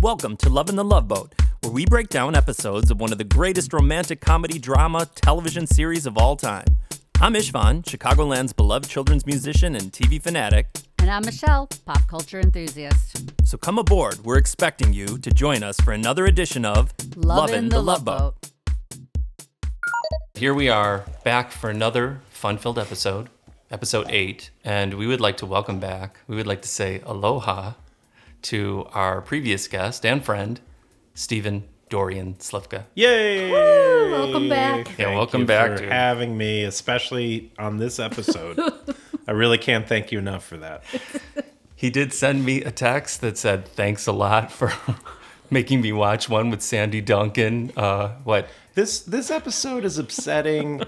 Welcome to Love in the Love Boat, where we break down episodes of one of the greatest romantic comedy drama television series of all time. I'm Ishvan, Chicagoland's beloved children's musician and TV fanatic. And I'm Michelle, pop culture enthusiast. So come aboard, we're expecting you to join us for another edition of Loving Lovin' the, Love Boat. Here we are back for another fun filled episode, episode eight. And we would like to welcome back, we would like to say aloha to our previous guest and friend, Stephen Dorian Slivka. Yay! welcome back. Yeah, Thank welcome you back, for dude. having me, especially on this episode. I really can't thank you enough for that. He did send me a text that said, Thanks a lot for making me watch one with Sandy Duncan. Uh, what? This this episode is upsetting.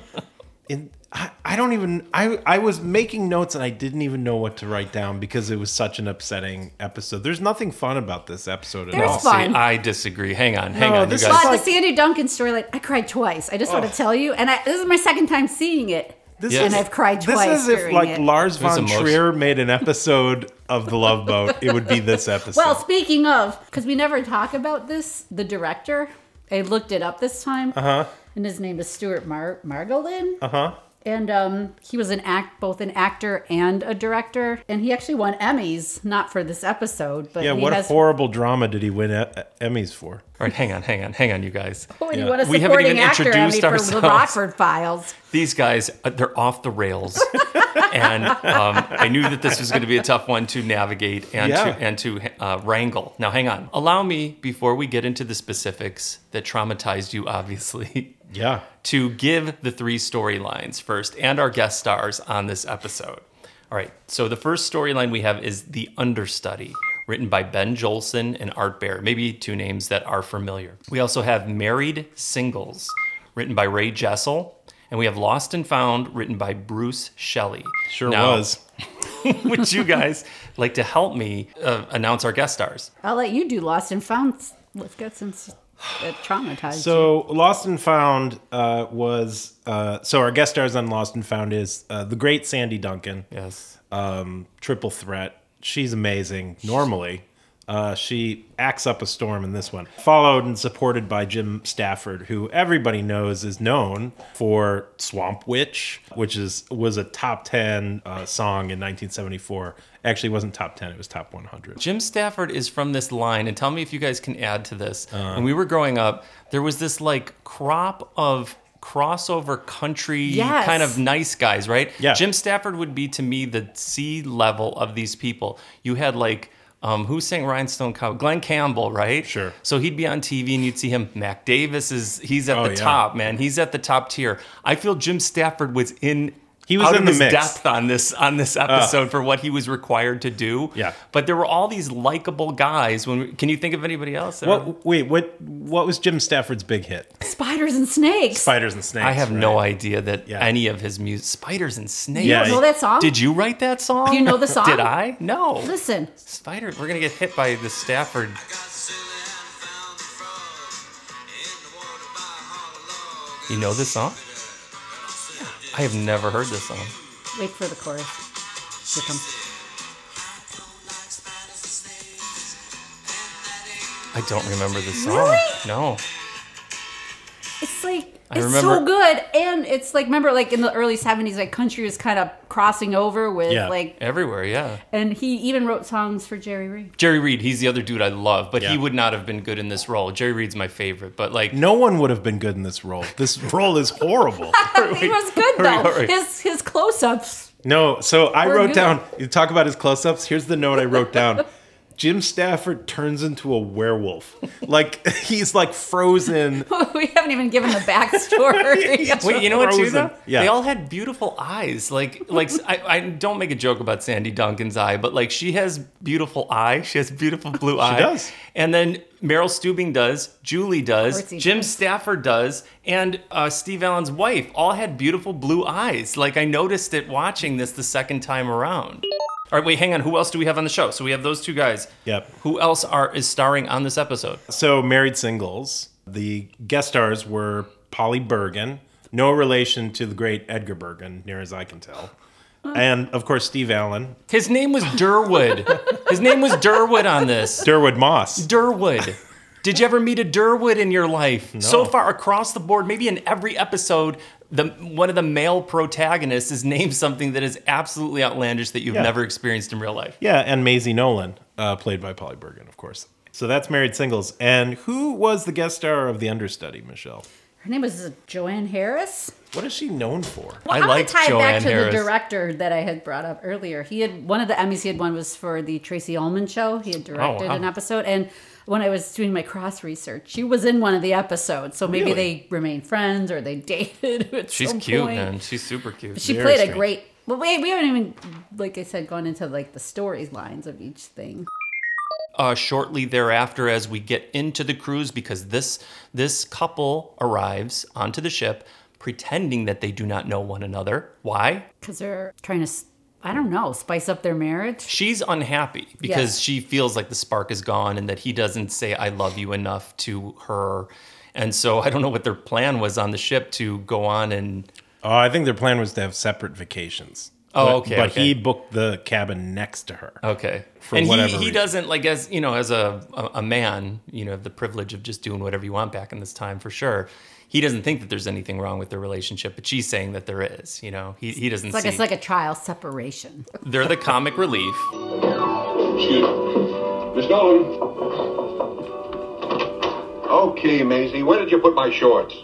In I, I don't even I I was making notes and I didn't even know what to write down because it was such an upsetting episode. There's nothing fun about this episode at There's all. fun. Fine. See, I disagree. Hang on, hang No, on, you this guys. is But like- the Sandy Duncan storyline, I cried twice. I just want to tell you, and I, this is my second time seeing it, This Yes. and I've cried This twice is if during like it. Lars was von emotion- Trier made an episode of The Love Boat, it would be this episode. well, speaking of, because we never talk about this, the director, I looked it up this time, uh-huh. and his name is Stuart Mar- Margolin. Uh huh. And um, he was an act, both an actor and a director, and he actually won Emmys, not for this episode, but yeah, he what has. horrible drama did he win e- Emmys for? All right, hang on, hang on, hang on, you guys. Oh, and he Yeah. won a We haven't supporting even actor Emmy introduced for The ourselves. Rockford Files. these guys uh, they're off the rails and um, i knew that this was going to be a tough one to navigate and Yeah. to and to uh, wrangle now hang on allow me before we get into the specifics that traumatized you obviously Yeah. to give the three storylines first and our guest stars on this episode all right so the first storyline we have is the understudy written by ben jolson and art bear maybe two names that are familiar we also have married singles written by ray jessel and we have lost and found written by bruce shelley Sure Now, was. would you guys like to help me uh, announce our guest stars I'll let you do Lost and Found. Let's get since it uh, traumatized you. So Lost and Found uh, was uh, so our guest stars on Lost and Found is uh, the great Sandy Duncan, yes um, triple threat. She's amazing. Normally, uh, she acts up a storm in this one. Followed and supported by Jim Stafford, who everybody knows is known for Swamp Witch, which is was a top ten uh, song in 1974. Actually, it wasn't top ten; it was top 100. Jim Stafford is from this line, and tell me if you guys can add to this. Uh-huh. when we were growing up, there was this like crop of crossover country Yes. kind of nice guys, right? Yeah. Jim Stafford would be to me the C level of these people. You had like. Um, who sang Rhinestone Cowboy? Glenn Campbell, right? Sure. So he'd be on TV and you'd see him. Mac Davis is, he's at Oh, the yeah. top, man. He's at the top tier. I feel Jim Stafford was in, He was out in of the his mix. Uh. depth on this, on this episode for what he was required to do. Yeah. But there were all these likable guys. When we, can you think of anybody else? that are- What? Wait, what? What was Jim Stafford's big hit? Spiders and snakes. Spiders and snakes. I have right? no idea that Yeah. any of his music. Spiders and snakes. Yeah. you know that song? Did you write that song? Do you know the song? Did I? No. Listen, Spider. We're gonna get hit by the Stafford. You know this song? I have never heard this song. wait for the chorus. Here it comes. I don't remember this song. No. It's like I it's remember- so good, and it's like remember like in the early seventies, like country was kind of crossing over with Yeah. like, Everywhere, yeah. and he even wrote songs for Jerry Reed. Jerry Reed, he's the other dude I love, but he Yeah. would not have been good in this role. Jerry Reed's my favorite, but like No one would have been good in this role. This role is horrible. he was good Hurry, though. hurry. His his close ups. No, so I We're wrote good. down. You talk about his close-ups. Here's the note I wrote down. Jim Stafford turns into a werewolf. Like he's like frozen. we haven't even given the backstory. Wait, you know what too Frozen. though? Yeah. They all had beautiful eyes. Like like I, I don't make a joke about Sandy Duncan's eye, but like she has beautiful eye. She has beautiful blue eye. does. And then Meryl Stubing does, Julie does, Ritzy Jim does. Stafford does, and uh, Steve Allen's wife all had beautiful blue eyes. Like I noticed it watching this the second time around. All right, wait, hang on. Who else do we have on the show? So we have those two guys. Yep. Who else are is starring on this episode? So married singles. The guest stars were Polly Bergen, no relation to the great Edgar Bergen, near as I can tell, Oh. and of course Steve Allen, His name was Durwood. His name was Durwood on this. Durwood Moss. Durwood. Did you ever meet a Durwood in your life? So far across the board, maybe in every episode, the one of the male protagonists is named something that is absolutely outlandish that you've Yeah. never experienced in real life. Yeah, and Maisie Nolan, uh, played by Polly Bergen, of course. So that's Married Singles. And who was the guest star of the understudy, Michelle? Her name was Joanne Harris. What is she known for? I I'm gonna like tie it Joanne back to Harris. the director that I had brought up earlier. He had one of the Emmys he had won was for the Tracy Ullman show. He had directed Oh, wow. an episode, and when I was doing my cross research, she was in one of the episodes. So maybe Really? they remained friends or they dated. At She's some cute, point. man. She's super cute. She Very played strange. a great. But wait, we haven't even, like I said, gone into like the storylines of each thing. uh, shortly thereafter as we get into the cruise because this this couple arrives onto the ship pretending that they do not know one another. Why? Because they're trying to, s- I don't know, spice up their marriage. She's unhappy because Yes. she feels like the spark is gone and that he doesn't say I love you enough to her. And so I don't know what their plan was on the ship to go on and Oh, I think their plan was to have separate vacations. Oh, But- okay, But okay. he booked the cabin next to her. okay. For and whatever he, he reason. doesn't like as you know as a, a a man you know the privilege of just doing whatever you want back in this time for sure. He doesn't think that there's anything wrong with their relationship, but she's saying that there is. You know, he, he doesn't It's like see. it's like a trial separation. They're the comic relief. Excuse me. Miss Nolan. Okay, Maisie, where did you put my shorts?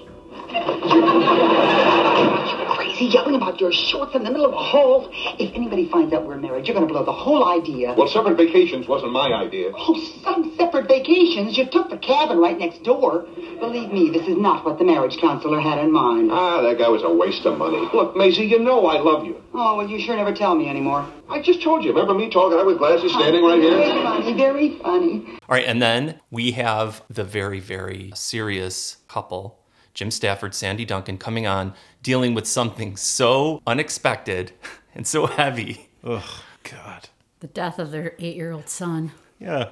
crazy yelling about your shorts in the middle of a hall. If anybody finds out we're married, you're going to blow the whole idea. Well, separate vacations wasn't my idea. Oh, some separate vacations. You took the cabin right next door. Believe me, this is not what the marriage counselor had in mind. Ah, that guy was a waste of money. Look, Maisie, you know I love you. Oh, well, you sure never tell me anymore. I just told you. Remember me talking? I was glasses standing right Very here. funny, very funny. All right, and then we have the very, very serious couple, Jim Stafford, Sandy Duncan, coming on, dealing with something so unexpected and so heavy. Ugh, God. The death of their eight-year-old son. Yeah.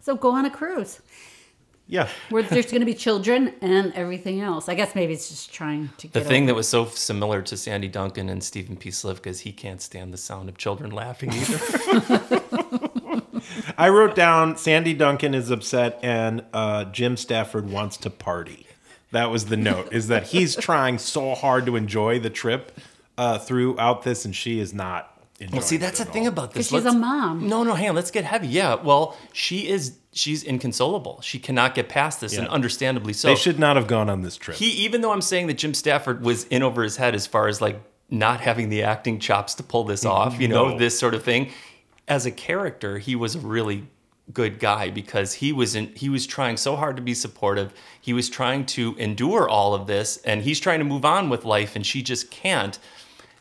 So go on a cruise. Yeah. where there's going to be children and everything else. I guess maybe it's just trying to The get thing that was so similar to Sandy Duncan and Stephen P. Slivka is he can't stand the sound of children laughing either. I wrote down Sandy Duncan is upset and uh, Jim Stafford wants to party. That was the note, is that he's trying so hard to enjoy the trip uh, throughout this, and she is not. Enjoying Well, see, it that's the at thing all. about this. 'Cause she's a Let's- mom. No, no, hang on. Let's get heavy. Yeah. Well, she is. She's inconsolable. She cannot get past this, and Yeah. understandably so. They should not have gone on this trip. he even though I'm saying that Jim Stafford was in over his head as far as like not having the acting chops to pull this off, you know, No. this sort of thing. As a character, he was a really good guy because he was in, he was trying so hard to be supportive. He was trying to endure all of this and he's trying to move on with life and she just can't.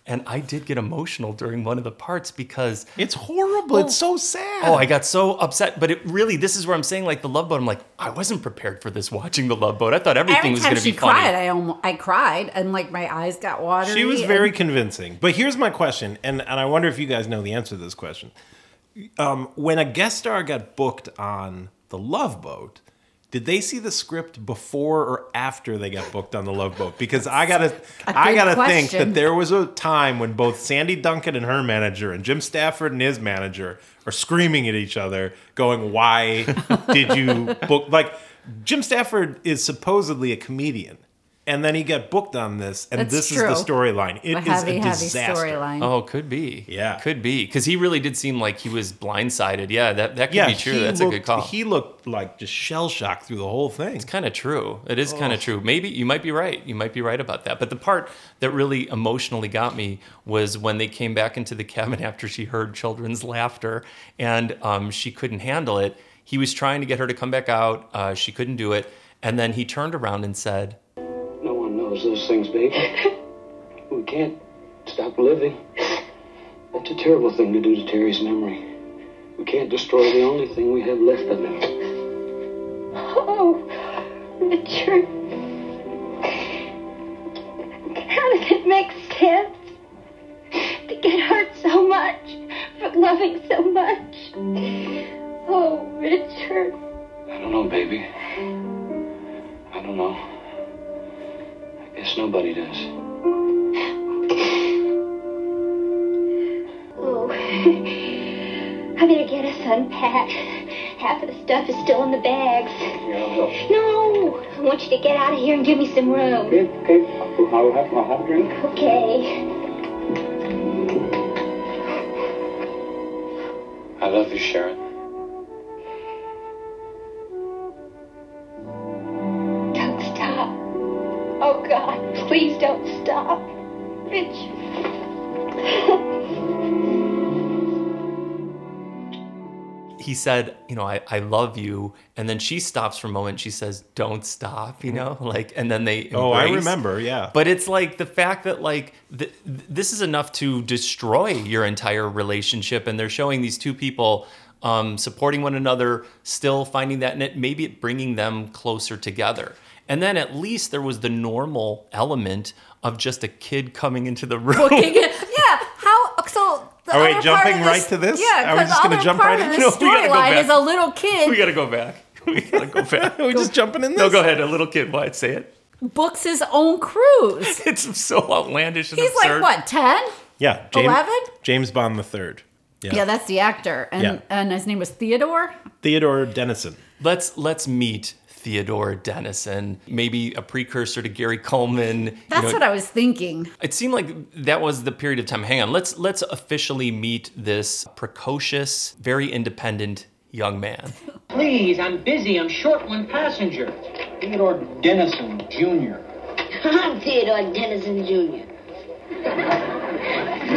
And I did get emotional during one of the parts because it's horrible. it's so sad. Oh, I got so upset. But it really, this is where I'm saying, like, the love boat. I'm like, I wasn't prepared for this watching the love boat. I thought everything Every was time going to she be funny. cried, I almost, I cried and like my eyes got watery. She was and- very convincing. But here's my question, and, and I wonder if you guys know the answer to this question. Um, when a guest star got booked on The Love Boat, did they see the script before or after they got booked on The Love Boat? Because I gotta, I good gotta think question. that there was a time when both Sandy Duncan and her manager and Jim Stafford and his manager are screaming at each other, going, "Why did you book?" Like Jim Stafford is supposedly a comedian. And then he got booked on this, and That's this true. is the storyline. It a is heavy, a heavy disaster. storyline. Oh, could be. Yeah. Could be. Because he really did seem like he was blindsided. Yeah, that, that could Yeah, be true. he That's looked, a good call. He looked like just shell shocked through the whole thing. kind of true. It is kind of true. Maybe you might be right. You might be right about that. But the part that really emotionally got me was when they came back into the cabin after she heard children's laughter and um, she couldn't handle it. He was trying to get her to come back out. Uh, she couldn't do it. And then he turned around and said, No one knows those things, babe. we can't stop living. That's a terrible thing to do to Terry's memory. We can't destroy the only thing we have left of him. Oh, Richard. How does it make sense to get hurt so much for loving so much? Oh, Richard. I don't know, baby. I don't know. I guess nobody does. coming to Oh, get us unpacked. Half of the stuff is still in the bags. Yeah, I'll help. No! I want you to get out of here and give me some room. Okay, okay. I'll have, I'll have a drink. Okay. I love you, Sharon. Don't stop. Oh, God, please don't stop. Richard. He said, you know, I, I love you. And then she stops for a moment. She says, don't stop, you know, like, and then they. Oh, I embrace. remember. Yeah. But it's like the fact that like th- th- this is enough to destroy your entire relationship, and they're showing these two people um, supporting one another, still finding that knit, maybe it bringing them closer together. And then at least there was the normal element of just a kid coming into the room. yeah. How so? The Are we other part jumping of right to this? Yeah, Are we because just the gonna other jump part right of the in? No, we gotta go storyline back. is a little kid we gotta go back. We gotta go back. Are we just jumping in this? no, go ahead. A little kid. Why say it? books his own cruise. It's so outlandish and He's absurd. like what ten? Yeah. James, 11? James Bond the third. Yeah. Yeah. that's the actor, and Yeah. and his name was Theodore. Theodore Dennison. Let's let's meet Theodore Dennison, maybe a precursor to Gary Coleman. That's what I was thinking. It seemed like that was the period of time. Hang on, let's let's officially meet this precocious, very independent young man. Please, I'm busy. I'm short one passenger. Theodore Dennison, Jr. I'm Theodore Dennison Jr.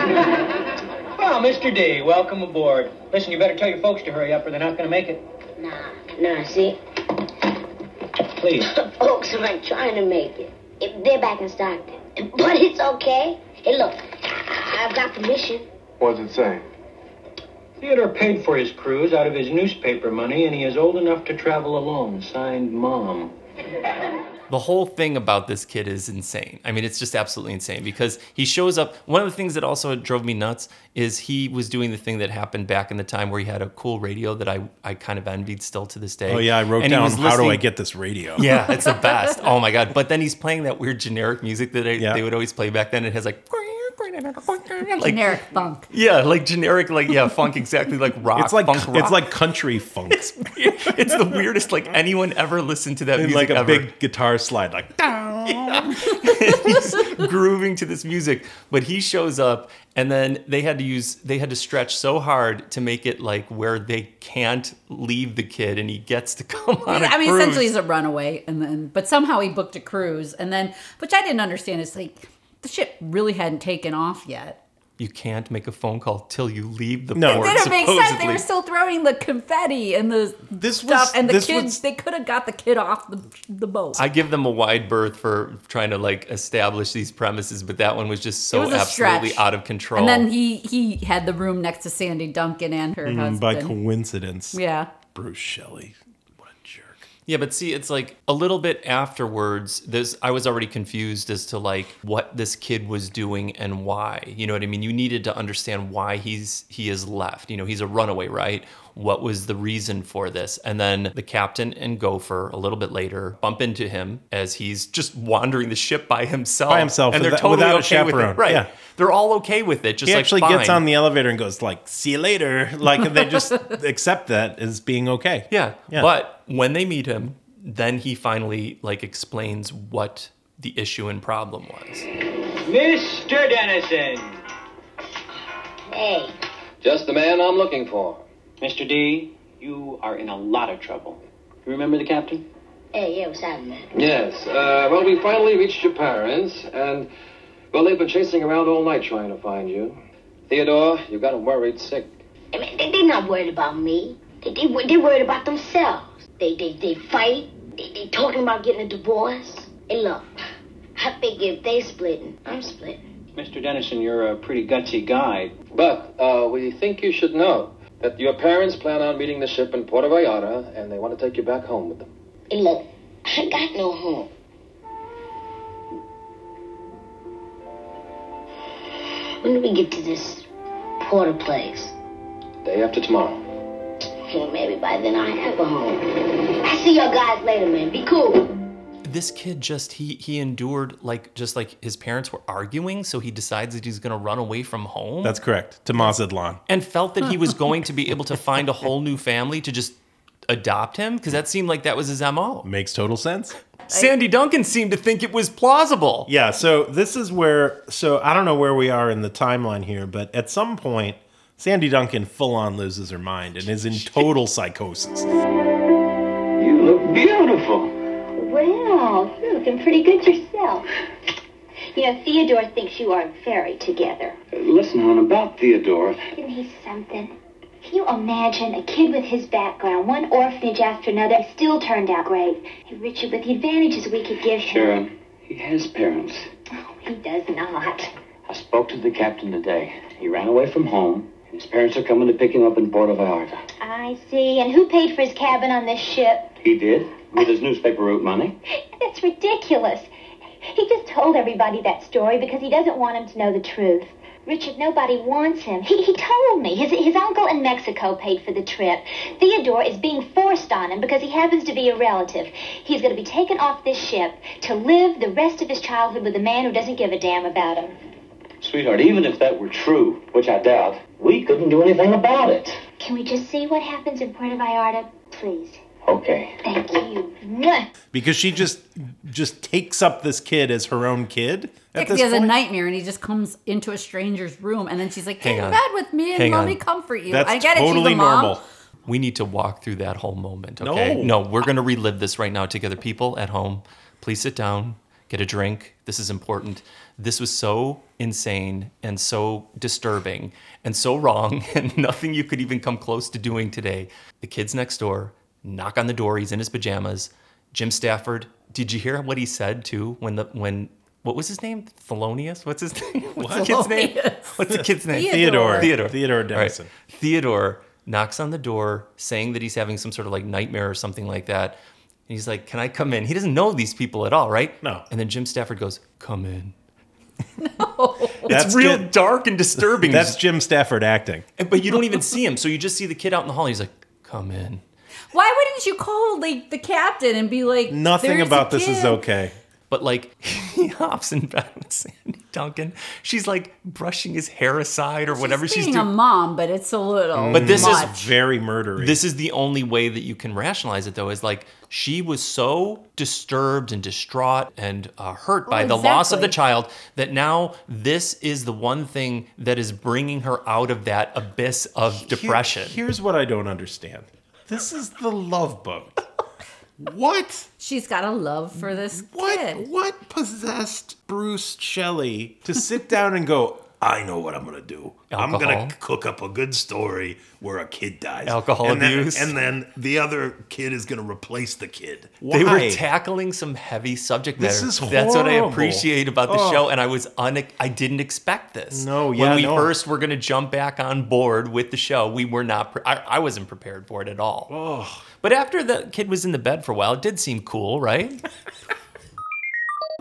Well, Mr. D, welcome aboard. Listen, you better tell your folks to hurry up or they're not going to make it. Nah, nah, see? Please. The folks aren't trying to make it. If they're back in Stockton. But it's okay. Hey, look, I- I've got permission. What does it say? Theodore paid for his cruise out of his newspaper money, and he is old enough to travel alone. Signed, Mom. The whole thing about this kid is insane. I mean, it's just absolutely insane because he shows up. One of the things that also drove me nuts is he was doing the thing that happened back in the time where he had a cool radio that I, I kind of envied still to this day. Oh yeah, I wrote And he down was how do I listening- get this radio? Yeah, it's the best. Oh my god! But then he's playing that weird generic music that I, Yeah. they would always play back then. It has like. Like Generic funk. yeah, like generic, like yeah, funk exactly like rock. It's like funk rock. it's like country funk. it's, weird. It's the weirdest. Like anyone ever listened to that And music like a ever. big guitar slide, like he's grooving to this music but he shows up and then they had to use they had to stretch so hard to make it like where they can't leave the kid and he gets to come on a I mean, cruise. essentially, he's a runaway, and then but somehow he booked a cruise, and then which I didn't understand. It's like the ship really hadn't taken off yet. you can't make a phone call till you leave the No. It port That didn't make sense. They supposedly were still throwing the confetti and the This stuff, was- and the this kids. was- They could have got the kid off the, the boat. I give them a wide berth for trying to like establish these premises, but that one was just It so was a absolutely stretch. out of control. And then he he had the room next to Sandy Duncan and her husband. Mm, by coincidence. yeah. Bruce Shelley. What a jerk. Yeah, but see, it's like a little bit afterwards. This I was already confused as to like what this kid was doing and why. You know what I mean? You needed to understand why he's he is left. You know, he's a runaway, right? What was the reason for this? And then the captain and Gopher a little bit later bump into him as he's just wandering the ship by himself. By himself, and they're without- totally without a okay with chaperone, it, right? yeah. They're all okay with it. Just He like actually gets fine. on the elevator and goes like, "See you later." Like they just accept that as being okay. Yeah. Yeah. But when they meet him, then he finally like explains what the issue and problem was. Mr. Dennison. Hey, Just the man I'm looking for. Mr. D, you are in a lot of trouble. You remember the captain? hey, yeah, what's happening, man? Yes. Uh, well, we finally reached your parents, and well, they've been chasing around all night trying to find you. Theodore, you got 'em worried sick. I mean, they, they're not worried about me. They, they, they're worried about themselves. They, they, they fight. They, they talking about getting a divorce. Hey, look, I think if they splitting, I'm splitting. Mr. Dennison, you're a pretty gutsy guy. But uh, we think you should know that your parents plan on meeting the ship in Puerto Vallarta, and they want to take you back home with them. Hey, look, I ain't got no home. When do we get to this Porter place? Day after tomorrow. Well, maybe by then I have a home. I see y'all guys later, man. Be cool. this kid just he he endured like just like his parents were arguing, so he decides that he's gonna run away from home. That's correct. To Mazatlan. and felt that he was going to be able to find a whole new family to just adopt him because that seemed like that was his mo. Makes total sense. Sandy Duncan seemed to think it was plausible. Yeah, so this is where so I don't know where we are in the timeline here, but at some point Sandy Duncan full on loses her mind and is in total psychosis. You look beautiful. Well, you're looking pretty good yourself. You know, Theodore thinks you are very together. Listen, hon, about Theodore. Isn't he something? Can you imagine a kid with his background, one orphanage after another, still turned out great? Hey, Richard, with the advantages we could give him, Sharon, he has parents. oh, he does not. I spoke to the captain today. He ran away from home, and his parents are coming to pick him up in Puerto Vallarta. I see. And who paid for his cabin on this ship? He did, with his newspaper route money. That's ridiculous. He just told everybody that story because he doesn't want him to know the truth. Richard, nobody wants him. He, he told me. His, his uncle in Mexico paid for the trip. Theodore is being forced on him because he happens to be a relative. He's going to be taken off this ship to live the rest of his childhood with a man who doesn't give a damn about him. Sweetheart, even if that were true, which I doubt, we couldn't do anything about it. Can we just see what happens in Puerto Vallarta? Please. Okay. Thank you. Mwah. Because she just just takes up this kid as her own kid. At Dixie this has a point. nightmare and he just comes into a stranger's room and then she's like, Hang Get in on. bed with me and Hang let on. me comfort you. That's I get it. totally she's a mom. normal. We need to walk through that whole moment, okay? No. No, we're going to relive this right now together. People at home, please sit down, get a drink. This is important. This was so insane and so disturbing and so wrong and nothing you could even come close to doing today. The kids next door knock on the door. He's in his pajamas. Jim Stafford, did you hear what he said too when the when what was his name? Thelonious? What's his name? What's the kid's name? What's the kid's name? Theodore. Theodore. Theodore All right. Dennison. Theodore knocks on the door saying that he's having some sort of like nightmare or something like that. And he's like, Can I come in? He doesn't know these people at all, right? No. And then Jim Stafford goes, Come in. That's it's real Jim- dark and disturbing. That's Jim Stafford acting. but you don't even see him. So you just see the kid out in the hall. And he's like, Come in. Why wouldn't you call like the captain and be like Nothing "There's a about this is kid." okay. But like he hops in bed with Sandy Duncan. She's like brushing his hair aside or whatever she's, being a doing. mom, but it's a little. But this is much. Very murdery. This is the only way that you can rationalize it, though, is like she was so disturbed and distraught and uh, hurt by the loss of the exactly. child that now this is the one thing that is bringing her out of that abyss of Here- depression. here's what I don't understand. This is the love boat. What? she's got a love for this What kid. what possessed Bruce Shelley to sit down and go, I know what I'm gonna do. I'm Alcohol? gonna cook up a good story where a kid dies. Alcohol and then- abuse? and then the other kid is gonna replace the kid. Why? They were tackling some heavy subject matter. This is That's what I horrible. appreciate about the Oh. show, and I was un- I didn't expect this. No, yeah, when we no. first were going to jump back on board with the show, we were not. Pre- I, I wasn't prepared for it at all. But after the kid was in the bed for a while, it did seem cool, right?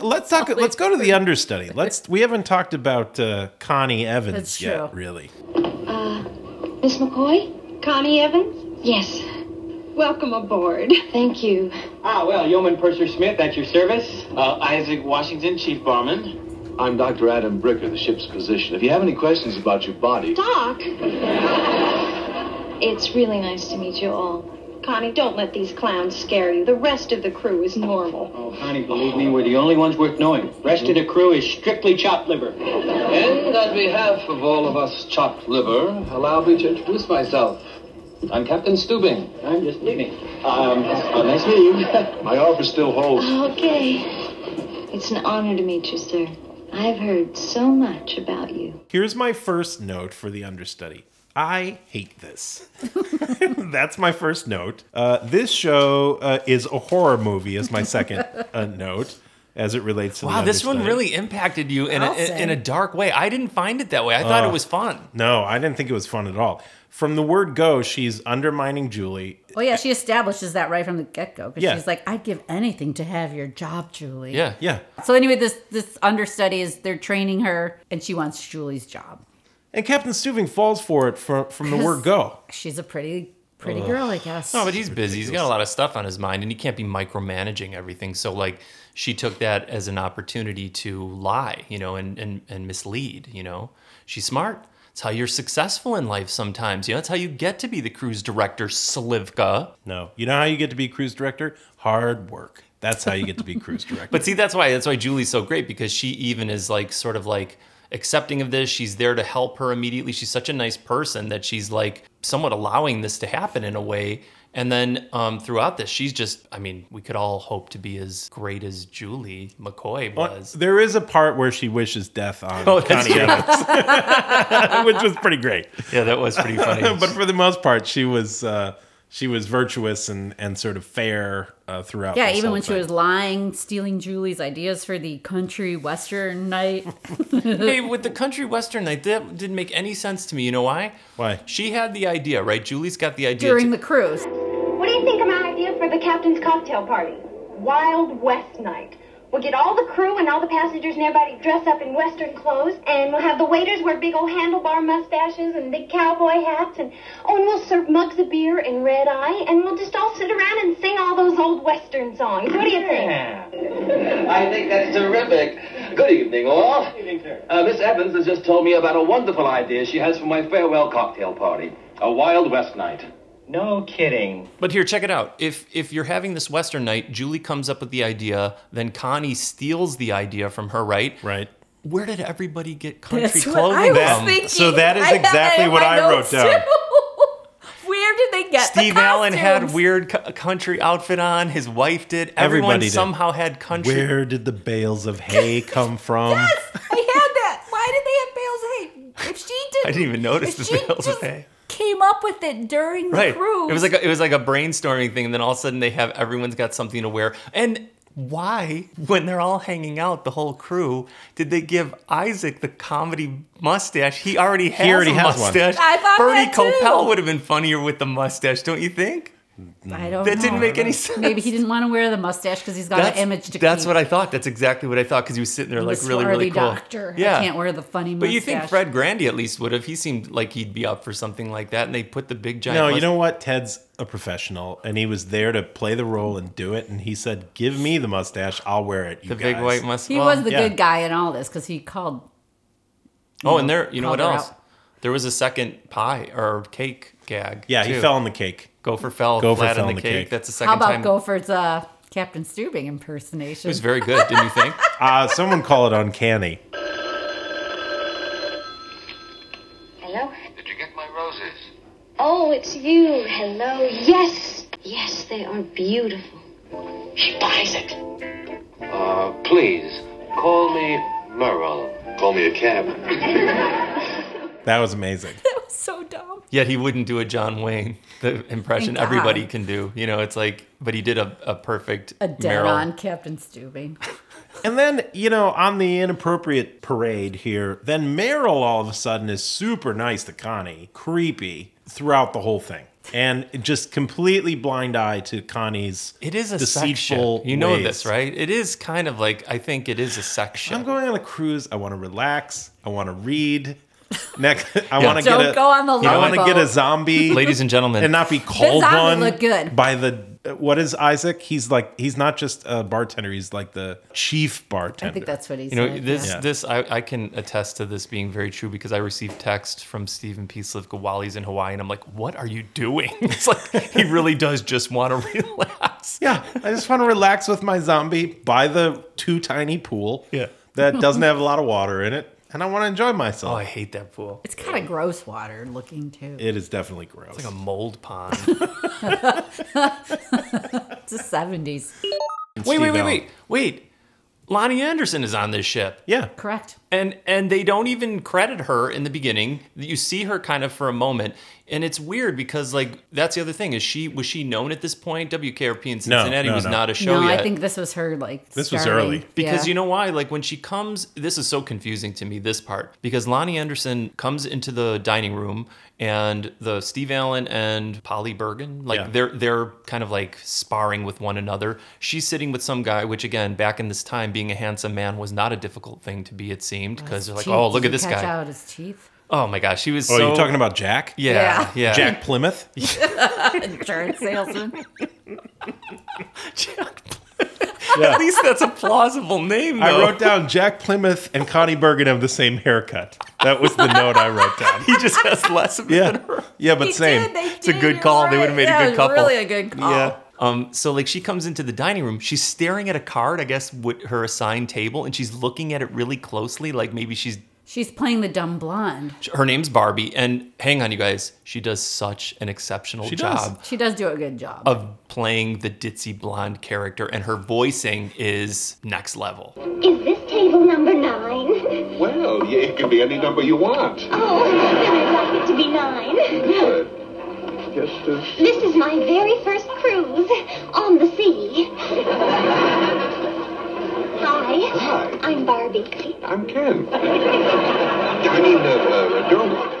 let's talk let's go to the understudy. Let's we haven't talked about uh, Connie Evans That's true. yet, really. Miss McCoy? Connie Evans? Yes. Welcome aboard. Thank you. Ah, well, Yeoman Purser Smith at your service. Uh, Isaac Washington, Chief Barman. I'm Dr. Adam Bricker, the ship's physician. If you have any questions about your body, Doc? it's really nice to meet you all. Connie, don't let these clowns scare you. The rest of the crew is normal. Oh, Connie, believe me, we're the only ones worth knowing. Rest of the crew is strictly chopped liver. And on behalf of all of us chopped liver, allow me to introduce myself. I'm Captain Stubing. I'm just leaving. Um, uh, nice meeting you. My offer still holds. Okay. It's an honor to meet you, sir. I've heard so much about you. Here's my first note for the understudy. I hate this. That's my first note. Uh, this show uh, is a horror movie. Is my second uh, note as it relates to. Wow, the this one understudy. really impacted you in a, I'll say. in a dark way. I didn't find it that way. I thought it was fun. No, I didn't think it was fun at all. From the word go, she's undermining Julie. Oh yeah, she establishes that right from the get go because Yeah. she's like, "I'd give anything to have your job, Julie." Yeah. Yeah, So anyway, this this understudy is they're training her, and she wants Julie's job. and Captain Stuving falls for it from from the word go. She's a pretty pretty girl, I guess. No, but he's busy. He's got a lot of stuff on his mind, and he can't be micromanaging everything. So, like, she took that as an opportunity to lie, you know, and and and mislead. You know, she's smart. It's how you're successful in life sometimes. You know, that's how you get to be the cruise director, Slivka. No, you know how you get to be cruise director? Hard work. That's how you get to be cruise director. But see, that's why that's why Julie's so great because she even is like sort of like accepting of this. She's there to help her immediately. She's such a nice person that she's like somewhat allowing this to happen in a way. And then um, throughout this, she's just, I mean, we could all hope to be as great as Julie McCoy Well, was. there is a part where she wishes death on Oh, that's Connie true. Adams, which was pretty great. Yeah, that was pretty funny. but for the most part, she was uh, she was virtuous and and sort of fair uh, throughout. yeah, this even whole when she thing. was lying, stealing Julie's ideas for the country western night. hey, with the country western night, that didn't make any sense to me. You know why? Why? She had the idea, right? Julie's got the idea. during to- the cruise. What do you think of my idea for the captain's cocktail party? Wild West night. We'll get all the crew and all the passengers and everybody dressed up in Western clothes, and we'll have the waiters wear big old handlebar mustaches and big cowboy hats, and oh, and we'll serve mugs of beer and red eye, and we'll just all sit around and sing all those old Western songs. What do you think? I think that's terrific. Good evening, all. Evening, sir. Uh, Miss Evans has just told me about a wonderful idea she has for my farewell cocktail party a Wild West night. No kidding. But here, check it out. If if you're having this Western night, Julie comes up with the idea, then Connie steals the idea from her, right? Right. Where did everybody get country That's what clothing I was from? thinking. so that is I have that exactly in what my I wrote notes, down. too. Where did they get Steve the Allen had costumes? weird co- country outfit on. His wife did. Everyone Everybody did. somehow had country. Where did the bales of hay come from? I had that. Why did they have bales of hay? If she didn't, I didn't even notice if the she bales of just hay. Came up with it during the Right. cruise. It was like a, it was like a brainstorming thing, and then all of a sudden they have everyone's got something to wear. And why, when they're all hanging out, the whole crew, did they give Isaac the comedy mustache? He already has already a has one. mustache. I thought Bernie that too. Coppell would have been funnier with the mustache, don't you think? I don't. That know. didn't make any sense. Maybe he didn't want to wear the mustache because he's got That's, an image to that's keep. what I thought. That's exactly what I thought because he was sitting there like the really, really swarthy cool. doctor. Yeah, I can't wear the funny But mustache. you think Fred Grandy at least would have? He seemed like he'd be up for something like that, and they put the big giant. No, you must- know what? Ted's a professional, and he was there to play the role and do it. And he said, "Give me the mustache. I'll wear it." You the big guys." white mustache. He was the yeah. good guy in all this because he called. Oh, and there, you know what Called her else? out. There was a second pie or cake gag. Yeah, he too. fell on the cake. Gopher fell Gopher flat fell on the, cake. That's the second How about time. Gopher's uh, Captain Stubing impersonation? It was very good, didn't you think? Uh, someone call it uncanny. Hello? Did you get my roses? Oh, it's you. Hello. Yes. Yes, they are beautiful. She buys it. Uh, please, call me Merle. Call me a cab. That was amazing. That was so dumb. Yet he wouldn't do a John Wayne, the impression Thank God. everybody can do. You know, it's like, but he did a, a perfect A dead Meryl. on Captain Stubing. And then, you know, on the inappropriate parade here, then Meryl all of a sudden is super nice to Connie, creepy throughout the whole thing. And just completely blind eye to Connie's It is a deceitful. section. You know ways. this, right? It is kind of like I think it is a section. I'm going on a cruise. I want to relax. I want to read. Next, I want to Don't get a, go on the I want to longboat. get a zombie, Ladies and gentlemen, and not be called zombie one looked good. by the what is Isaac? He's like he's not just a bartender. He's like the chief bartender. I think that's what he you said. know this Yeah. this I, I can attest to this being very true because I received text from Stephen P. Slivka while he's in Hawaii and I'm like, what are you doing? It's like he really does just want to relax. Yeah, I just want to relax with my zombie by the too tiny pool. Yeah. That doesn't have a lot of water in it, and I want to enjoy Oh, myself. I hate that pool. It's kind of gross water looking too. it is definitely gross. It's like a mold pond. It's the seventies. wait, wait, Steve wait, Allen. wait, wait. Lonnie Anderson is on this ship. yeah. Correct. and and they don't even credit her in the beginning you see her kind of for a moment and it's weird because like that's the other thing is she was she known at this point wkrp in cincinnati no, was no. not a show no, yet I think this was her like. This was starting. early. because Yeah. you know why like when she comes this is so confusing to me this part because lonnie anderson comes into the dining room and the steve allen and polly bergen like Yeah. they're they're kind of like sparring with one another she's sitting with some guy which again back in this time being a handsome man was not a difficult thing to be it seemed because they're like Teeth. oh look Did at you this catch guy out his teeth. Oh my gosh, he was. Oh, so... you're talking about Jack? Yeah, yeah. Jack Plymouth? Insurance salesman. At least that's a plausible name. I though. wrote down Jack Plymouth and Connie Bergen have the same haircut. That was the note I wrote down. he just has less of it yeah. than her. Yeah, but same. it's a good call. They would have made Yeah, Oh. a it good was couple. really a good call. Yeah. Um, so like she comes into the dining room, she's staring at a card, I guess, with her assigned table, and she's looking at it really closely, like maybe she's She's playing the dumb blonde. her name's Barbie, and hang on, you guys, she does such an exceptional She job does. She does do a good job. of playing the ditzy blonde character, and her voicing is next level. Is this table number nine? Well, yeah, it can be any number you want. Oh, then I'd like it to be nine. Uh, Just as This is my very first cruise on the sea. Hi. Hi. I'm Barbie. I'm Ken. I mean, uh, uh, Donald.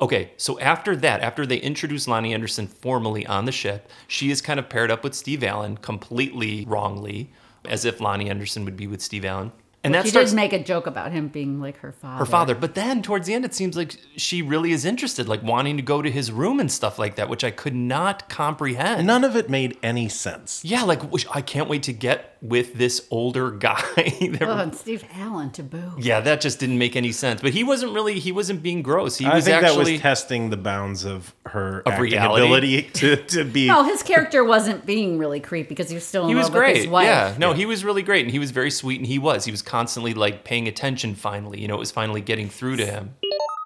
Okay, so after that, after they introduce Lonnie Anderson formally on the ship, she is kind of paired up with Steve Allen completely wrongly, as if Lonnie Anderson would be with Steve Allen. And But that she starts did make a joke about him being like her father. her father. But then towards the end, it seems like she really is interested, like wanting to go to his room and stuff like that, which I could not comprehend. None of it made any sense. Yeah, like which I can't wait to get with this older guy. that- Oh, and Steve Allen taboo. yeah, that just didn't make any sense. But he wasn't really he wasn't being gross. He I was think that actually was testing the bounds of her Of acting reality? ability to, to be. No, his character wasn't being really creepy because he was still in he was love with great. his wife. Yeah, no, he was really great, and he was very sweet, and he was. He was constantly like paying attention. Finally, you know, it was finally getting through to him.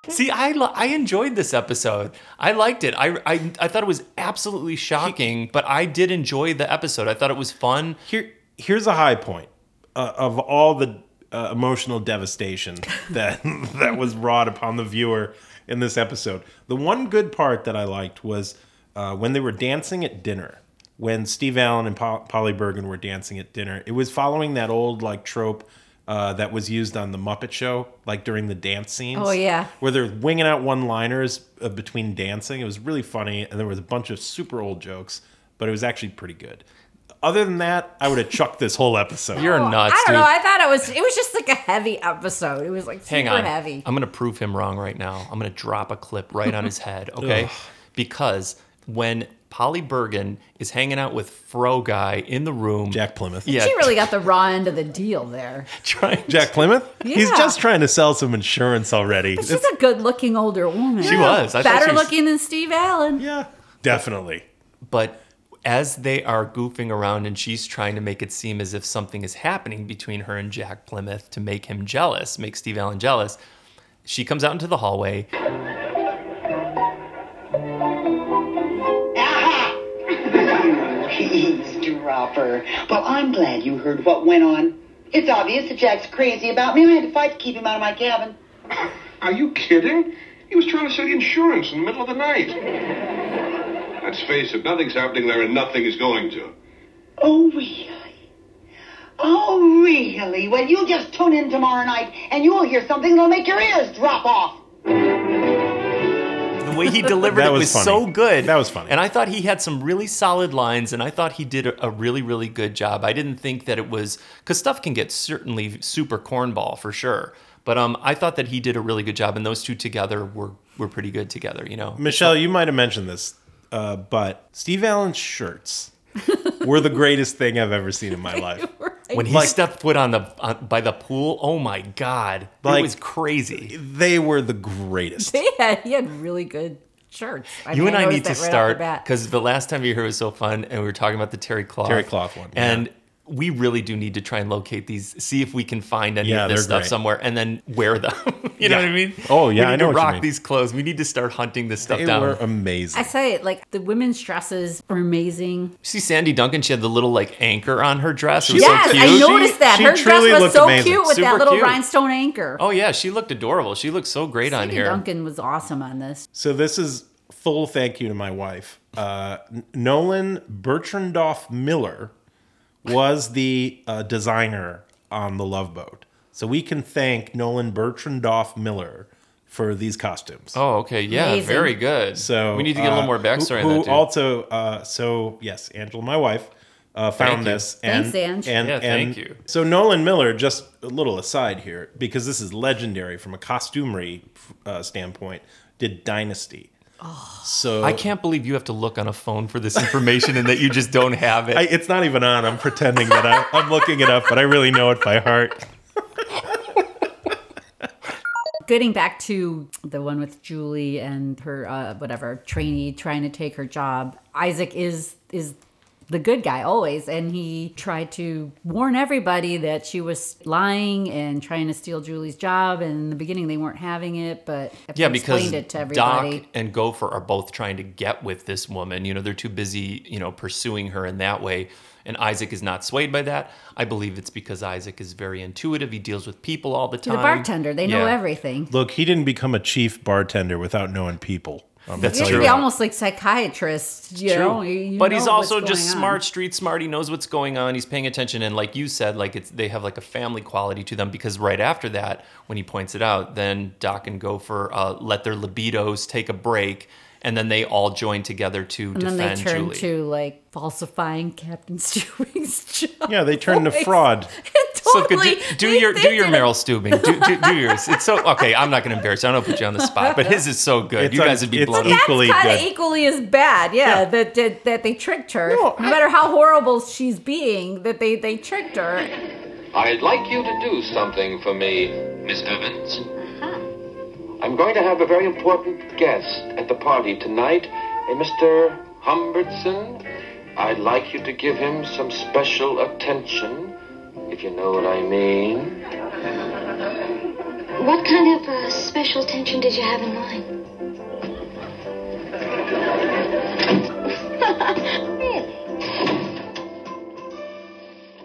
See, I li- I enjoyed this episode. I liked it. I I, I thought it was absolutely shocking, but I did enjoy the episode. I thought it was fun. Here, here's a high point uh, of all the uh, emotional devastation that that was wrought upon the viewer in this episode. The one good part that I liked was uh, when they were dancing at dinner. When Steve Allen and Pol- Polly Bergen were dancing at dinner, it was following that old like trope uh, that was used on the Muppet Show, like during the dance scenes. Oh, yeah. where they're winging out one-liners uh, between dancing. It was really funny, and there was a bunch of super old jokes, but it was actually pretty good. Other than that, I would have chucked this whole episode. You're nuts, Oh, I don't dude. know. I thought it was it was just like a heavy episode. It was like super Hang on, Oh, heavy. I'm gonna prove him wrong right now. I'm gonna drop a clip right on his head, okay? Ugh. because when Polly Bergen is hanging out with Fro guy in the room, Jack Plymouth. Yeah, She really got the raw end of the deal there. trying. Jack Plymouth? He's Yeah. just trying to sell some insurance already. But she's It's- a good looking older woman. She was. I thought better she was- looking than Steve Allen. Yeah. Definitely. But as they are goofing around and she's trying to make it seem as if something is happening between her and Jack Plymouth to make him jealous, make Steve Allen jealous, she comes out into the hallway. Eavesdropper. Well, I'm glad you heard what went on. It's obvious that Jack's crazy about me, and I had to fight to keep him out of my cabin. Are you kidding? He was trying to sell you insurance in the middle of the night. Let's face it, nothing's happening there and nothing is going to. Oh, really? Oh, really? Well, you just tune in tomorrow night, and you'll hear something that'll make your ears drop off. The way he delivered That it was was funny. so good. That was funny. And I thought he had some really solid lines, and I thought he did a, a really, really good job. I didn't think that it was because stuff can get certainly super cornball for sure. But um, I thought that he did a really good job, and those two together were were pretty good together. You know, Michelle, you might have mentioned this, uh, but Steve Allen's shirts were the greatest thing I've ever seen in my life. when he Like- stepped foot on the on, by the pool, oh my god, it Like- was crazy. They were the greatest. They had, he had really good shirts. you mean, and I noticed need that right off to the start bat. because the last time you were here was so fun, and we were talking about the Terry Cloth, Terry Cloth one, yeah. and we really do need to try and locate these, see if we can find any Yeah, of this they're stuff great. somewhere, and then wear them. you know what Yeah. I mean? Oh, yeah, we need I to know what you rock mean. these clothes. We need to start hunting this stuff They down. were amazing. I say, like, the women's dresses were amazing. See Sandy Duncan, she had the little like anchor on her dress. It was yes, so cute. I noticed that. she Her dress truly was looked so amazing. cute with Super that little cute. rhinestone anchor. Oh yeah, she looked adorable. She looked so great on Steve here. Duncan was awesome on this. So this is full thank you to my wife. Uh, N- Nolan Bertrandoff Miller was the uh, designer on the Love Boat. So we can thank Nolan Bertrandoff Miller for these costumes. Oh, okay. Yeah, Amazing. very good. So we need to get a little uh, more backstory who, on who that too. Also, uh, so yes, Angela, my wife, uh, found Thank you. this. Thanks, and, Ange. And, Yeah, and- thank you. So Nolan Miller, just a little aside here, because this is legendary from a costumery uh, standpoint, did Dynasty. So I can't believe you have to look on a phone for this information and that you just don't have it. I, it's not even on. I'm pretending that I, I'm looking it up, but I really know it by heart. Getting back to the one with Julie and her uh, whatever trainee trying to take her job, Isaac is is the good guy always, and he tried to warn everybody that she was lying and trying to steal Julie's job. And in the beginning, they weren't having it, but after yeah, he because explained it to everybody. Doc and Gopher are both trying to get with this woman. You know, they're too busy, you know, pursuing her in that way. And Isaac is not swayed by that. I believe it's because Isaac is very intuitive. He deals with people all the To time. the bartender, they know Yeah. everything. Look, he didn't become a chief bartender without knowing people. I'm That's You'd gonna tell you be that. almost like psychiatrist, you know. you- you but he's know what's also just going on. smart, street smart. He knows what's going on. He's paying attention, and like you said, like it's they have like a family quality to them because right after that, when he points it out, then Doc and Gopher uh, let their libidos take a break, and then they all join together to And then defend they turn Julie. to like falsifying Captain Stewing's job. Yeah, they turn to Always. fraud. So totally. good. Do, do your do your Meryl Streeping. Do, do, do yours. It's so okay. I'm not going to embarrass you. I don't put you on the spot, but his is so good. It's you un- guys would be it's blown But away. that's equally Kind of equally as bad, yeah. That, that that they tricked her. No, matter how horrible she's being, that they they tricked her. I'd like you to do something for me, Miss Evans. I'm going to have a very important guest at the party tonight, a Mr. Humbertson. I'd like you to give him some special attention, if you know what I mean. What kind of uh, special attention did you have in mind?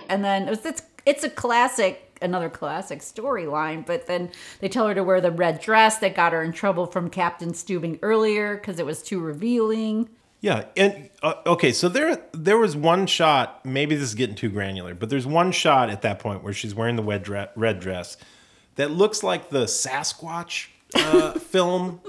And then it's it's, it's a classic, another classic storyline. But then they tell her to wear the red dress that got her in trouble from Captain Stubing earlier because it was too revealing. Yeah, and uh, okay, so there there was one shot. Maybe this is getting too granular, but there's one shot at that point where she's wearing the red, dre- red dress that looks like the Sasquatch uh, film.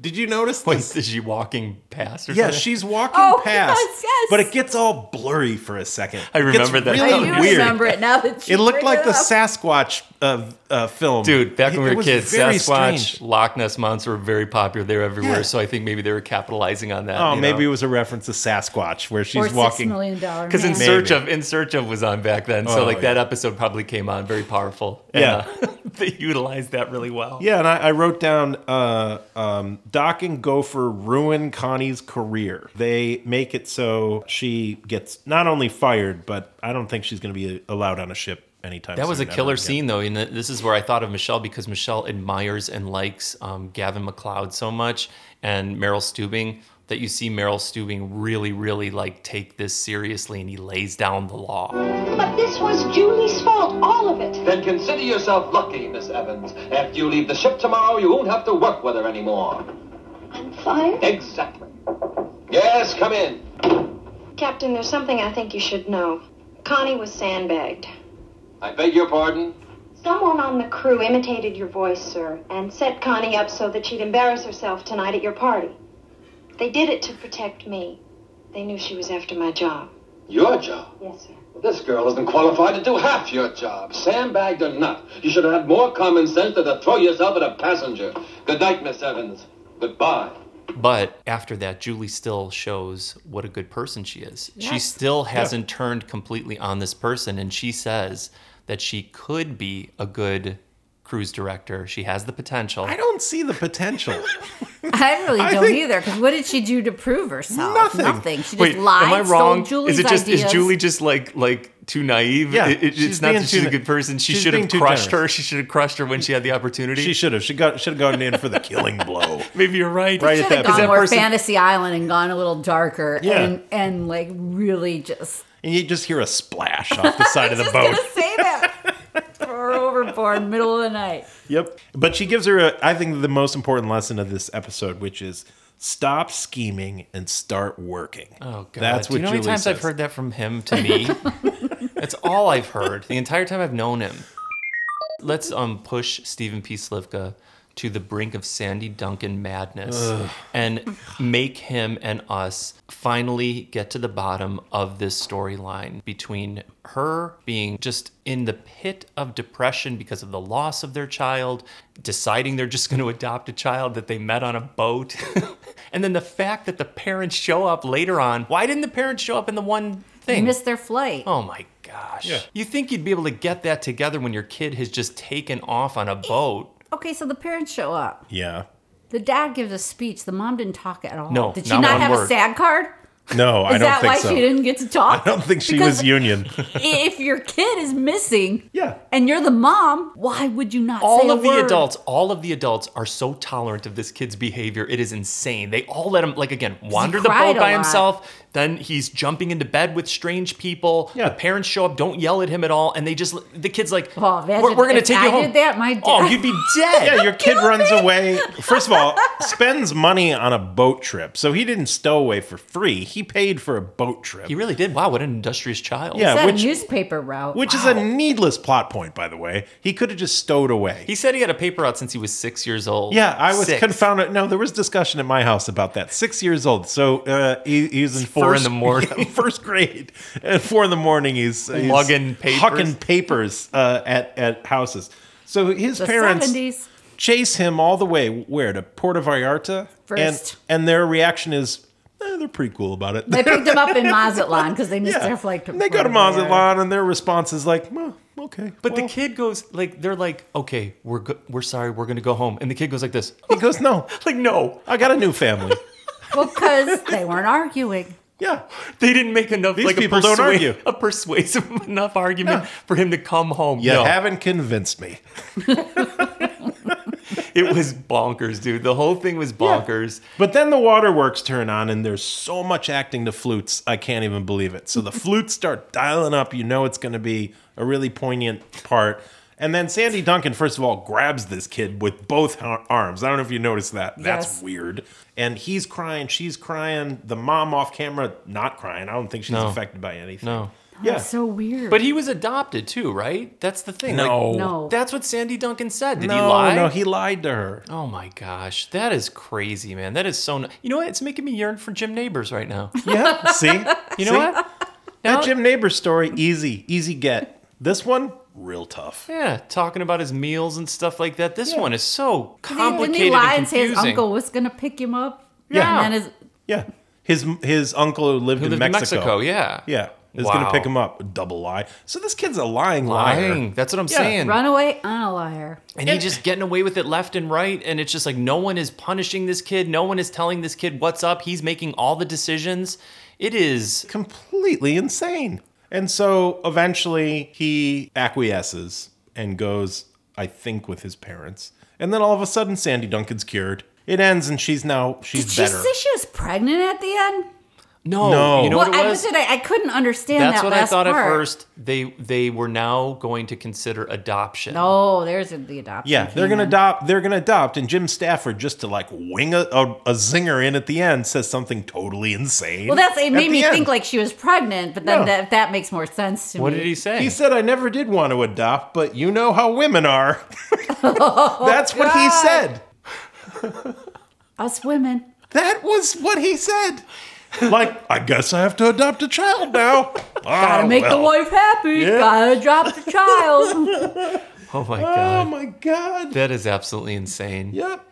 Did you notice? Wait, is she walking past or Yeah, something? she's walking Oh, past, yes, yes. but it gets all blurry for a second. I It gets remember that. really I do You weird. remember it now that you It looked bring like the up. Sasquatch uh, uh, film, Dude, back when It we were was kids, very Sasquatch, strange. Loch Ness monster were very popular. They were everywhere, Yeah. so I think maybe they were capitalizing on that. Oh, you maybe know? it was a reference to Sasquatch where she's Or six walking. million dollar because in man. search of in search of was on back then, so Oh, like that episode probably came on very powerful. Yeah. and, uh, they utilized that really well. Yeah, and I, I wrote down uh, um, Doc and Gopher ruin Connie's career. They make it so she gets not only fired, but I don't think she's going to be allowed on a ship anytime. That was a soon, killer ever again. scene, though. And th- this is where I thought of Michelle because Michelle admires and likes um, Gavin McLeod so much and Meryl Stubing that you see Meryl Stubing really, really like take this seriously and he lays down the law. But this was Julie's fault, all of it. Then consider yourself lucky, Miss Evans. After you leave the ship tomorrow, you won't have to work with her anymore. I'm fired? Exactly. Yes, come in. Captain, there's something I think you should know. Connie was sandbagged. I beg your pardon. Someone on the crew imitated your voice, sir, and set Connie up so that she'd embarrass herself tonight at your party. They did it to protect me. They knew she was after my job. Your job? Yes, sir. This girl isn't qualified to do half your job, sandbagged or not. You should have had more common sense than to throw yourself at a passenger. Good night, Miss Evans. Goodbye. But after that, Julie still shows what a good person she is. She Yes. still hasn't turned completely on this person. And she says that she could be a good cruise director. She has the potential. I don't see the potential. I really I don't think- either. Because what did she do to prove herself? Nothing. She just lied. Am I stole wrong? Julie's is it just ideas. is Julie just like like too naive? Yeah, It- it- she's it's not being that she's too- a good person. She she's should being have too crushed her. generous. She should have crushed her when she had the opportunity. she should have. She got should have gone in for the killing blow. Maybe you're right. Right at should have that, gone that more person, fantasy island and gone a little darker Yeah. and and like really just and you just hear a splash off the side of the boat. say that throw her overboard middle of the night Yep. But she gives her, a, I think, the most important lesson of this episode, which is stop scheming and start working. Oh God. That's Do what you know how many Julie times I've says. heard that from him to me? That's all I've heard the entire time I've known him. Let's um push Stephen P. Slivka to the brink of Sandy Duncan madness Ugh. and make him and us finally get to the bottom of this storyline between her being just in the pit of depression because of the loss of their child, deciding they're just going to adopt a child that they met on a boat. and then the fact that the parents show up later on. Why didn't the parents show up in the one They thing? missed their flight. Oh my gosh. You think you'd be able to get that together when your kid has just taken off on a Eh, boat? Okay, so the parents show up. Yeah. The dad gives a speech. The mom didn't talk at all. No, Did she not not, one have word. a SAG card? No, Is I don't that think why so. she didn't get to talk? I don't think she Because was union. if your kid is missing, yeah, and you're the mom, why would you not? say All a of the word? adults, all of the adults are so tolerant of this kid's behavior. It is insane. They all let him like again wander the cried boat a by lot. himself. Then he's jumping into bed with strange people. The parents show up, don't yell at him at all, and they just the kid's like, "We're, we're gonna Oh, if take I you home." did that, my Oh, dad- you'd be dead. Yeah, your kid runs away. First of all, spends money on a boat trip. So he didn't stow away for free. He paid for a boat trip. He really did. Wow, what an industrious child. Yeah, Is that which a newspaper route? which is a needless plot point, by the way. He could have just stowed away. He said he had a paper out since he was six years old. Yeah, I was Six. confounded. No, there was discussion at my house about that. Six years old, so uh, he, he was in four in first- the morning. yeah, first grade. At four in the morning, he's, he's Lugging papers. hucking papers uh, at at houses. So his the parents 70s. chase him all the way where to Puerto Vallarta, First. and and their reaction is eh, they're pretty cool about it. They picked him up in Mazatlan because they missed their flight. To they go to Mazatlan, and their response is like, "Well, okay. But the kid goes like they're like, okay, we're go- we're sorry, we're gonna go home, and the kid goes like this. He goes, no, like no, I got a new family. because they weren't arguing. Yeah, they didn't make enough. These like people a don't persua- argue. A persuasive enough argument for him to come home. you no, haven't convinced me." it was bonkers, dude. The whole thing was bonkers. But then the waterworks turn on, and there's so much acting to flutes, I can't even believe it. So the flutes start dialing up. You know it's going to be a really poignant part. And then Sandy Duncan, first of all, grabs this kid with both har- arms. I don't know if you noticed that. That's Yes. weird. And he's crying, she's crying. The mom off camera, not crying. I don't think she's No. affected by anything. No. Yeah. That's so weird. But he was adopted too, right? That's the thing. like- No. No. That's what Sandy Duncan said. Did he No, lie? no, he lied to her. Oh my gosh, that is crazy, man. That is so. n you know what? It's making me yearn for Jim Neighbors right now. Yeah. See? You know See? what? Now- That Jim Neighbors story, easy, easy get. This one, real tough. Yeah, talking about his meals and stuff like that. This one is so Didn't complicated. he lie and and say his confusing. uncle was going to pick him up? Yeah. And then his, Yeah. His his uncle who lived, Who in, lived in Mexico. Mexico, yeah. Yeah. Is Wow. gonna pick him up. Double lie. So this kid's a lying liar. Lying. That's what I'm Yeah. saying. runaway, I'm a liar. And he's just getting away with it left and right. And it's just like no one is punishing this kid. No one is telling this kid what's up. He's making all the decisions. It is Completely insane. And so eventually he acquiesces and goes, I think, with his parents. And then all of a sudden Sandy Duncan's cured. It ends and she's now she's Did she better. say she was pregnant at the end? no. No. You know well, what it I was? said I, I couldn't understand That's that what I last thought part. at first. They they were now going to consider adoption. No, Oh, there's the adoption. Yeah, they're thing. gonna adopt. They're gonna adopt, and Jim Stafford just to like wing a, a, a zinger in at the end says something totally insane. Well, that's it. at Made the me end. think like she was pregnant, but then No. that that makes more sense to me. say? He said, I never did want to adopt, but you know how women are. That's what he Oh, God. said. Us women. That was what he said. Like, I guess I have to adopt a child now. Gotta make the wife happy. Oh, Yeah. Gotta drop the child. Oh my Oh god. my god. That is absolutely insane. Yep.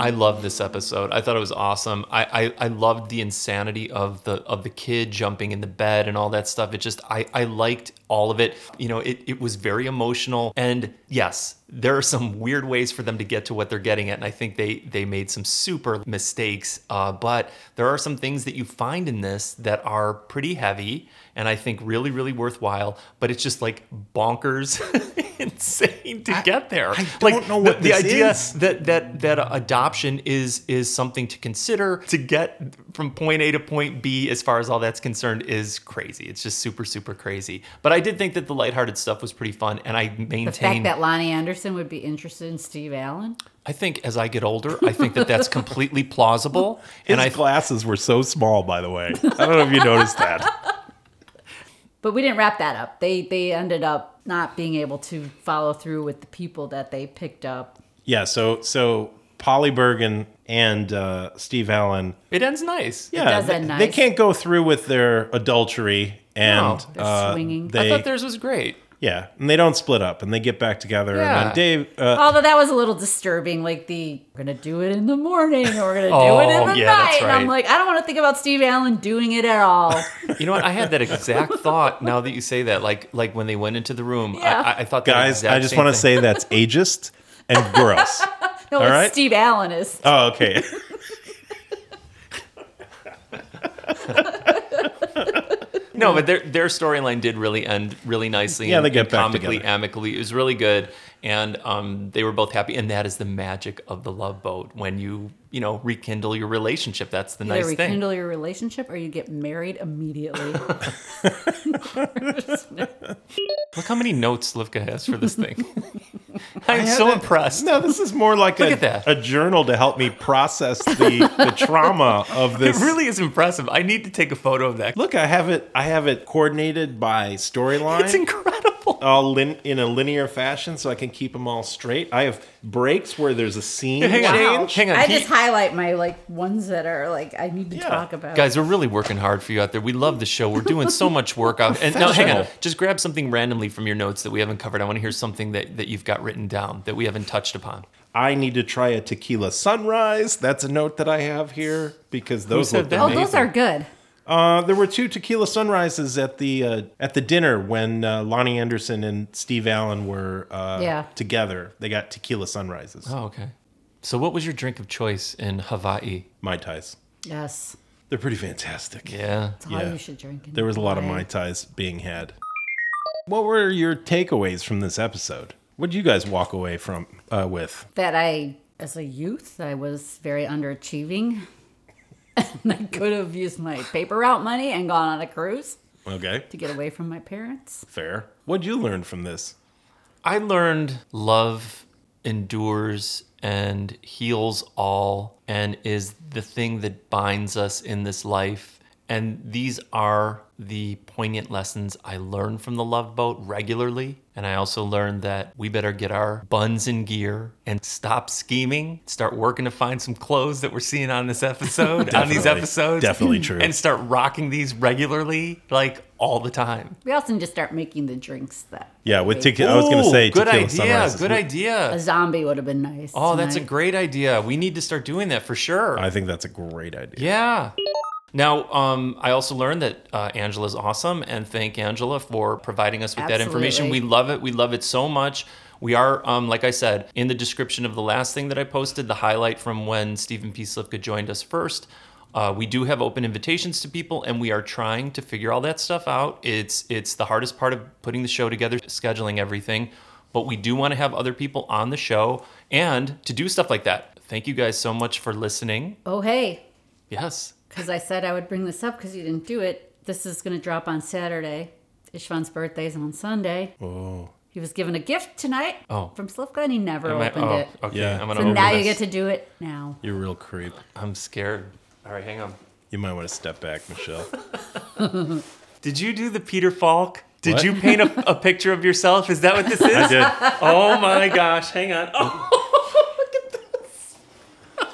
I love this episode. I thought it was awesome. I, I I loved the insanity of the of the kid jumping in the bed and all that stuff. It just I I liked all of it. You know, it it was very emotional. And yes, there are some weird ways for them to get to what they're getting at, and I think they they made some super mistakes. Uh, but there are some things that you find in this that are pretty heavy, and I think really really worthwhile. But it's just like bonkers. insane to get there don't know what the, this the idea is. that that that adoption is is something to consider to get from point A to point B as far as all that's concerned is crazy. It's just super super crazy. But I did think that the lighthearted stuff was pretty fun, and I the fact maintain. that Lonnie Anderson would be interested in Steve Allen. I think as I get older, I think that that's completely plausible, His and I glasses were so small, by the way. I don't know if you noticed that. But we didn't wrap that up. They they ended up not being able to follow through with the people that they picked up. Yeah, so so Polly Bergen and uh, Steve Allen. It ends nice. Yeah, does they, end they nice. can't go through with their adultery No. and Their uh, swinging. I They, thought theirs was great. yeah, and they don't split up and they get back together. And Yeah. then Dave, uh, Although that was a little disturbing, like the we're gonna do it in the morning or we're gonna do it Oh, in the yeah, night. that's And I'm right. like, I don't want to think about Steve Allen doing it at all. You know what? I had that exact thought. Now that you say that, like like when they went into the room, Yeah. I, I, I thought that guys, exact I just same want to thing. say that's ageist and gross. no, All it's right. Steve Allen is. Oh, okay. No, but their their storyline did really end really nicely. Yeah, and- they get and back comically, together. amicably. It was really good, and um, they were both happy. And that is the magic of the love boat when you you know rekindle your relationship. That's the Either nice thing. rekindle your relationship or you get married immediately. Look how many notes Livka has for this thing. I I'm so haven't- impressed. No, this is more like Look a, at that. a journal to help me process the, the trauma of It this. really is impressive. I need to take a photo of that. Look, I have it. I have it coordinated by storyline. It's incredible. all lin- in a linear fashion, so I can keep them all straight. I have breaks where there's a scene Hang on, change. hang on. I He- just highlight my like ones that are like I need to Yeah. talk about. Guys, we're really working hard for you out there. We love the show. We're doing so much work out. And now, hang on, just grab something randomly from your notes that we haven't covered. I want to hear something that, that you've got written down that we haven't touched upon. I need to try a tequila sunrise. That's a note that I have here because those said look that? oh, amazing. those are good. Uh, there were two tequila sunrises at the uh, at the dinner when uh, Lonnie Anderson and Steve Allen were uh, Yeah. together. They got tequila sunrises. Oh, okay. So, what was your drink of choice in Hawaii? Mai Tais. Yes, They're pretty fantastic. Yeah. that's how Yeah. you should drink. in There was a lot of Hawaii. Mai Tais being had. What were your takeaways from this episode? What did you guys walk away from uh, with? that I, as a youth, I was very underachieving. and I could have used my paper route money and gone on a cruise Okay, to get away from my parents. fair. What would you learn from this? I learned love endures and heals all and is the thing that binds us in this life. And these are the poignant lessons I learn from the love boat regularly. And I also learned that we better get our buns in gear and stop scheming, start working to find some clothes that we're seeing on this episode, on these Definitely. episodes. Definitely true. And start rocking these regularly, like all the time. We also need to start making the drinks that Yeah, with tequila. I was going to Ooh, say good tequila idea. sunrises. Good idea. a zombie would have been nice. Oh, that's a tonight. great idea. We need to start doing that for sure. I think that's a great idea. yeah. Now, um, I also learned that uh, Angela's awesome, and thank Angela for providing us with that information. We Absolutely. love it. We love it so much. We are, um, like I said, in the description of the last thing that I posted, the highlight from when Stephen P. Slivka joined us first. Uh, we do have open invitations to people, and we are trying to figure all that stuff out. It's it's the hardest part of putting the show together, scheduling everything, but we do want to have other people on the show and to do stuff like that. Thank you guys so much for listening. Oh, hey, Yes. because I said I would bring this up because you didn't do it. This is going to drop on Saturday. Ishvan's birthday's on Sunday. Oh, He was given a gift tonight Oh. from Slivka, and he never Am I- opened oh, it. Okay, Yeah. I'm gonna So open now this. you get to do it now. you're a real creep. I'm scared. All right, hang on. You might want to step back, Michelle. Did you do the Peter Falk? Did What? you paint a, a picture of yourself? Is that what this is? I did. Oh my gosh, hang on. Oh, look at this.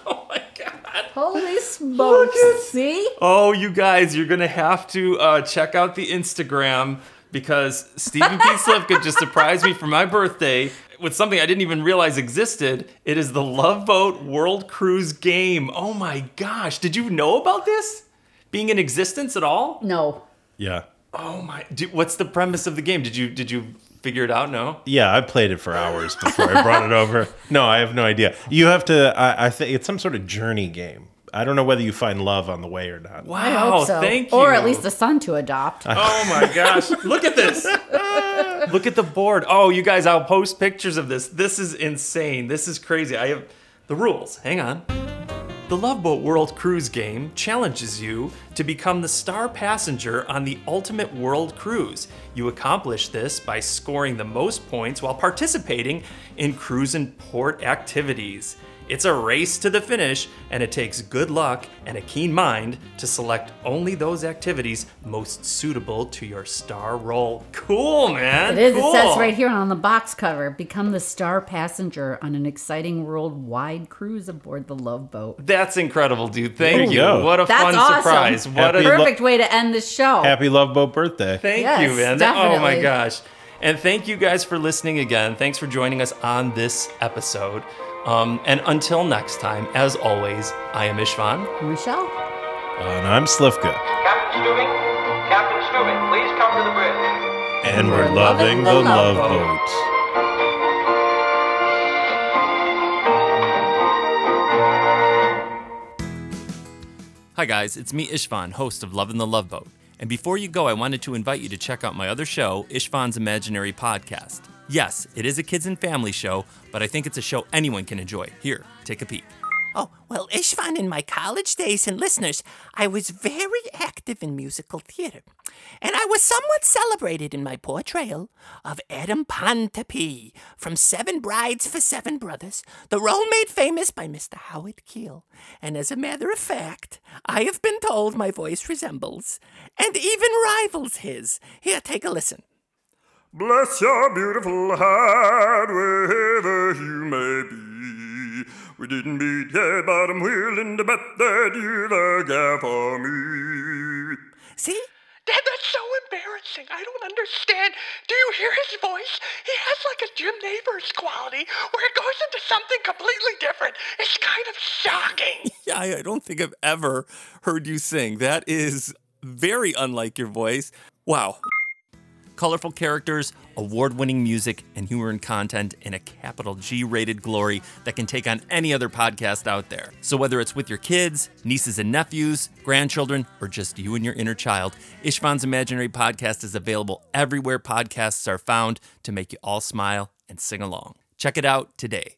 Oh my god. Holy smokes! See, Oh, you guys, you're gonna have to uh, check out the Instagram because Stephen P. Slivka just surprised me for my birthday with something I didn't even realize existed. It is the Love Boat World Cruise game. Oh my gosh, did you know about this being in existence at all? no. Yeah. Oh my! Do, what's the premise of the game? Did you did you figure it out? No. Yeah, I played it for hours before I brought it over. No, I have no idea. You have to. I, I think it's some sort of journey game. I don't know whether you find love on the way or not. Wow! I hope so. Oh, Thank you. Or at least a son to adopt. Oh my gosh! Look at this. Look at the board. Oh, you guys! I'll post pictures of this. This is insane. This is crazy. I have the rules. Hang on. The Love Boat World Cruise game challenges you to become the star passenger on the ultimate world cruise. You accomplish this by scoring the most points while participating in cruise and port activities. It's a race to the finish, and it takes good luck and a keen mind to select only those activities most suitable to your star role. Cool, man. It is. Cool. It says right here on the box cover Become the star passenger on an exciting worldwide cruise aboard the Love Boat. That's incredible, dude. There Thank you you. go. What a That's fun awesome. surprise. What Happy a Perfect way to end the show. Happy Love Boat birthday. Thank Yes, you, man. That- oh my definitely. gosh. And thank you guys for listening again. Thanks for joining us on this episode. Um, and until next time, as always, I am Ishvan. Michelle. And I'm Slivka. Captain Stubing, please come to the bridge. And we're loving the love boat. Hi, guys. It's me, Ishvan, host of Love in the Love Boat. And before you go, I wanted to invite you to check out my other show, Ishvan's Imaginary Podcast. Yes, it is a kids and family show, but I think it's a show anyone can enjoy. Here, take a peek. Oh, well, Ishvan, in my college days and listeners, I was very active in musical theater. And I was somewhat celebrated in my portrayal of Adam Pontepe from Seven Brides for Seven Brothers, the role made famous by Mr. Howard Keel. And as a matter of fact, I have been told my voice resembles and even rivals his. Here, take a listen. Bless your beautiful heart wherever you may be. We didn't meet yet, but I'm willing to bet that you're the guy for me. See? Dad, that's so embarrassing. I don't understand. Do you hear his voice? He has like a Jim Neighbors quality where it goes into something completely different. It's kind of shocking. Yeah, I I don't think I've ever heard you sing. That is very unlike your voice. Wow. Colorful characters, award winning music, and humor and content in a capital G rated glory that can take on any other podcast out there. So, whether it's with your kids, nieces and nephews, grandchildren, or just you and your inner child, Ishvan's Imaginary Podcast is available everywhere podcasts are found to make you all smile and sing along. Check it out today.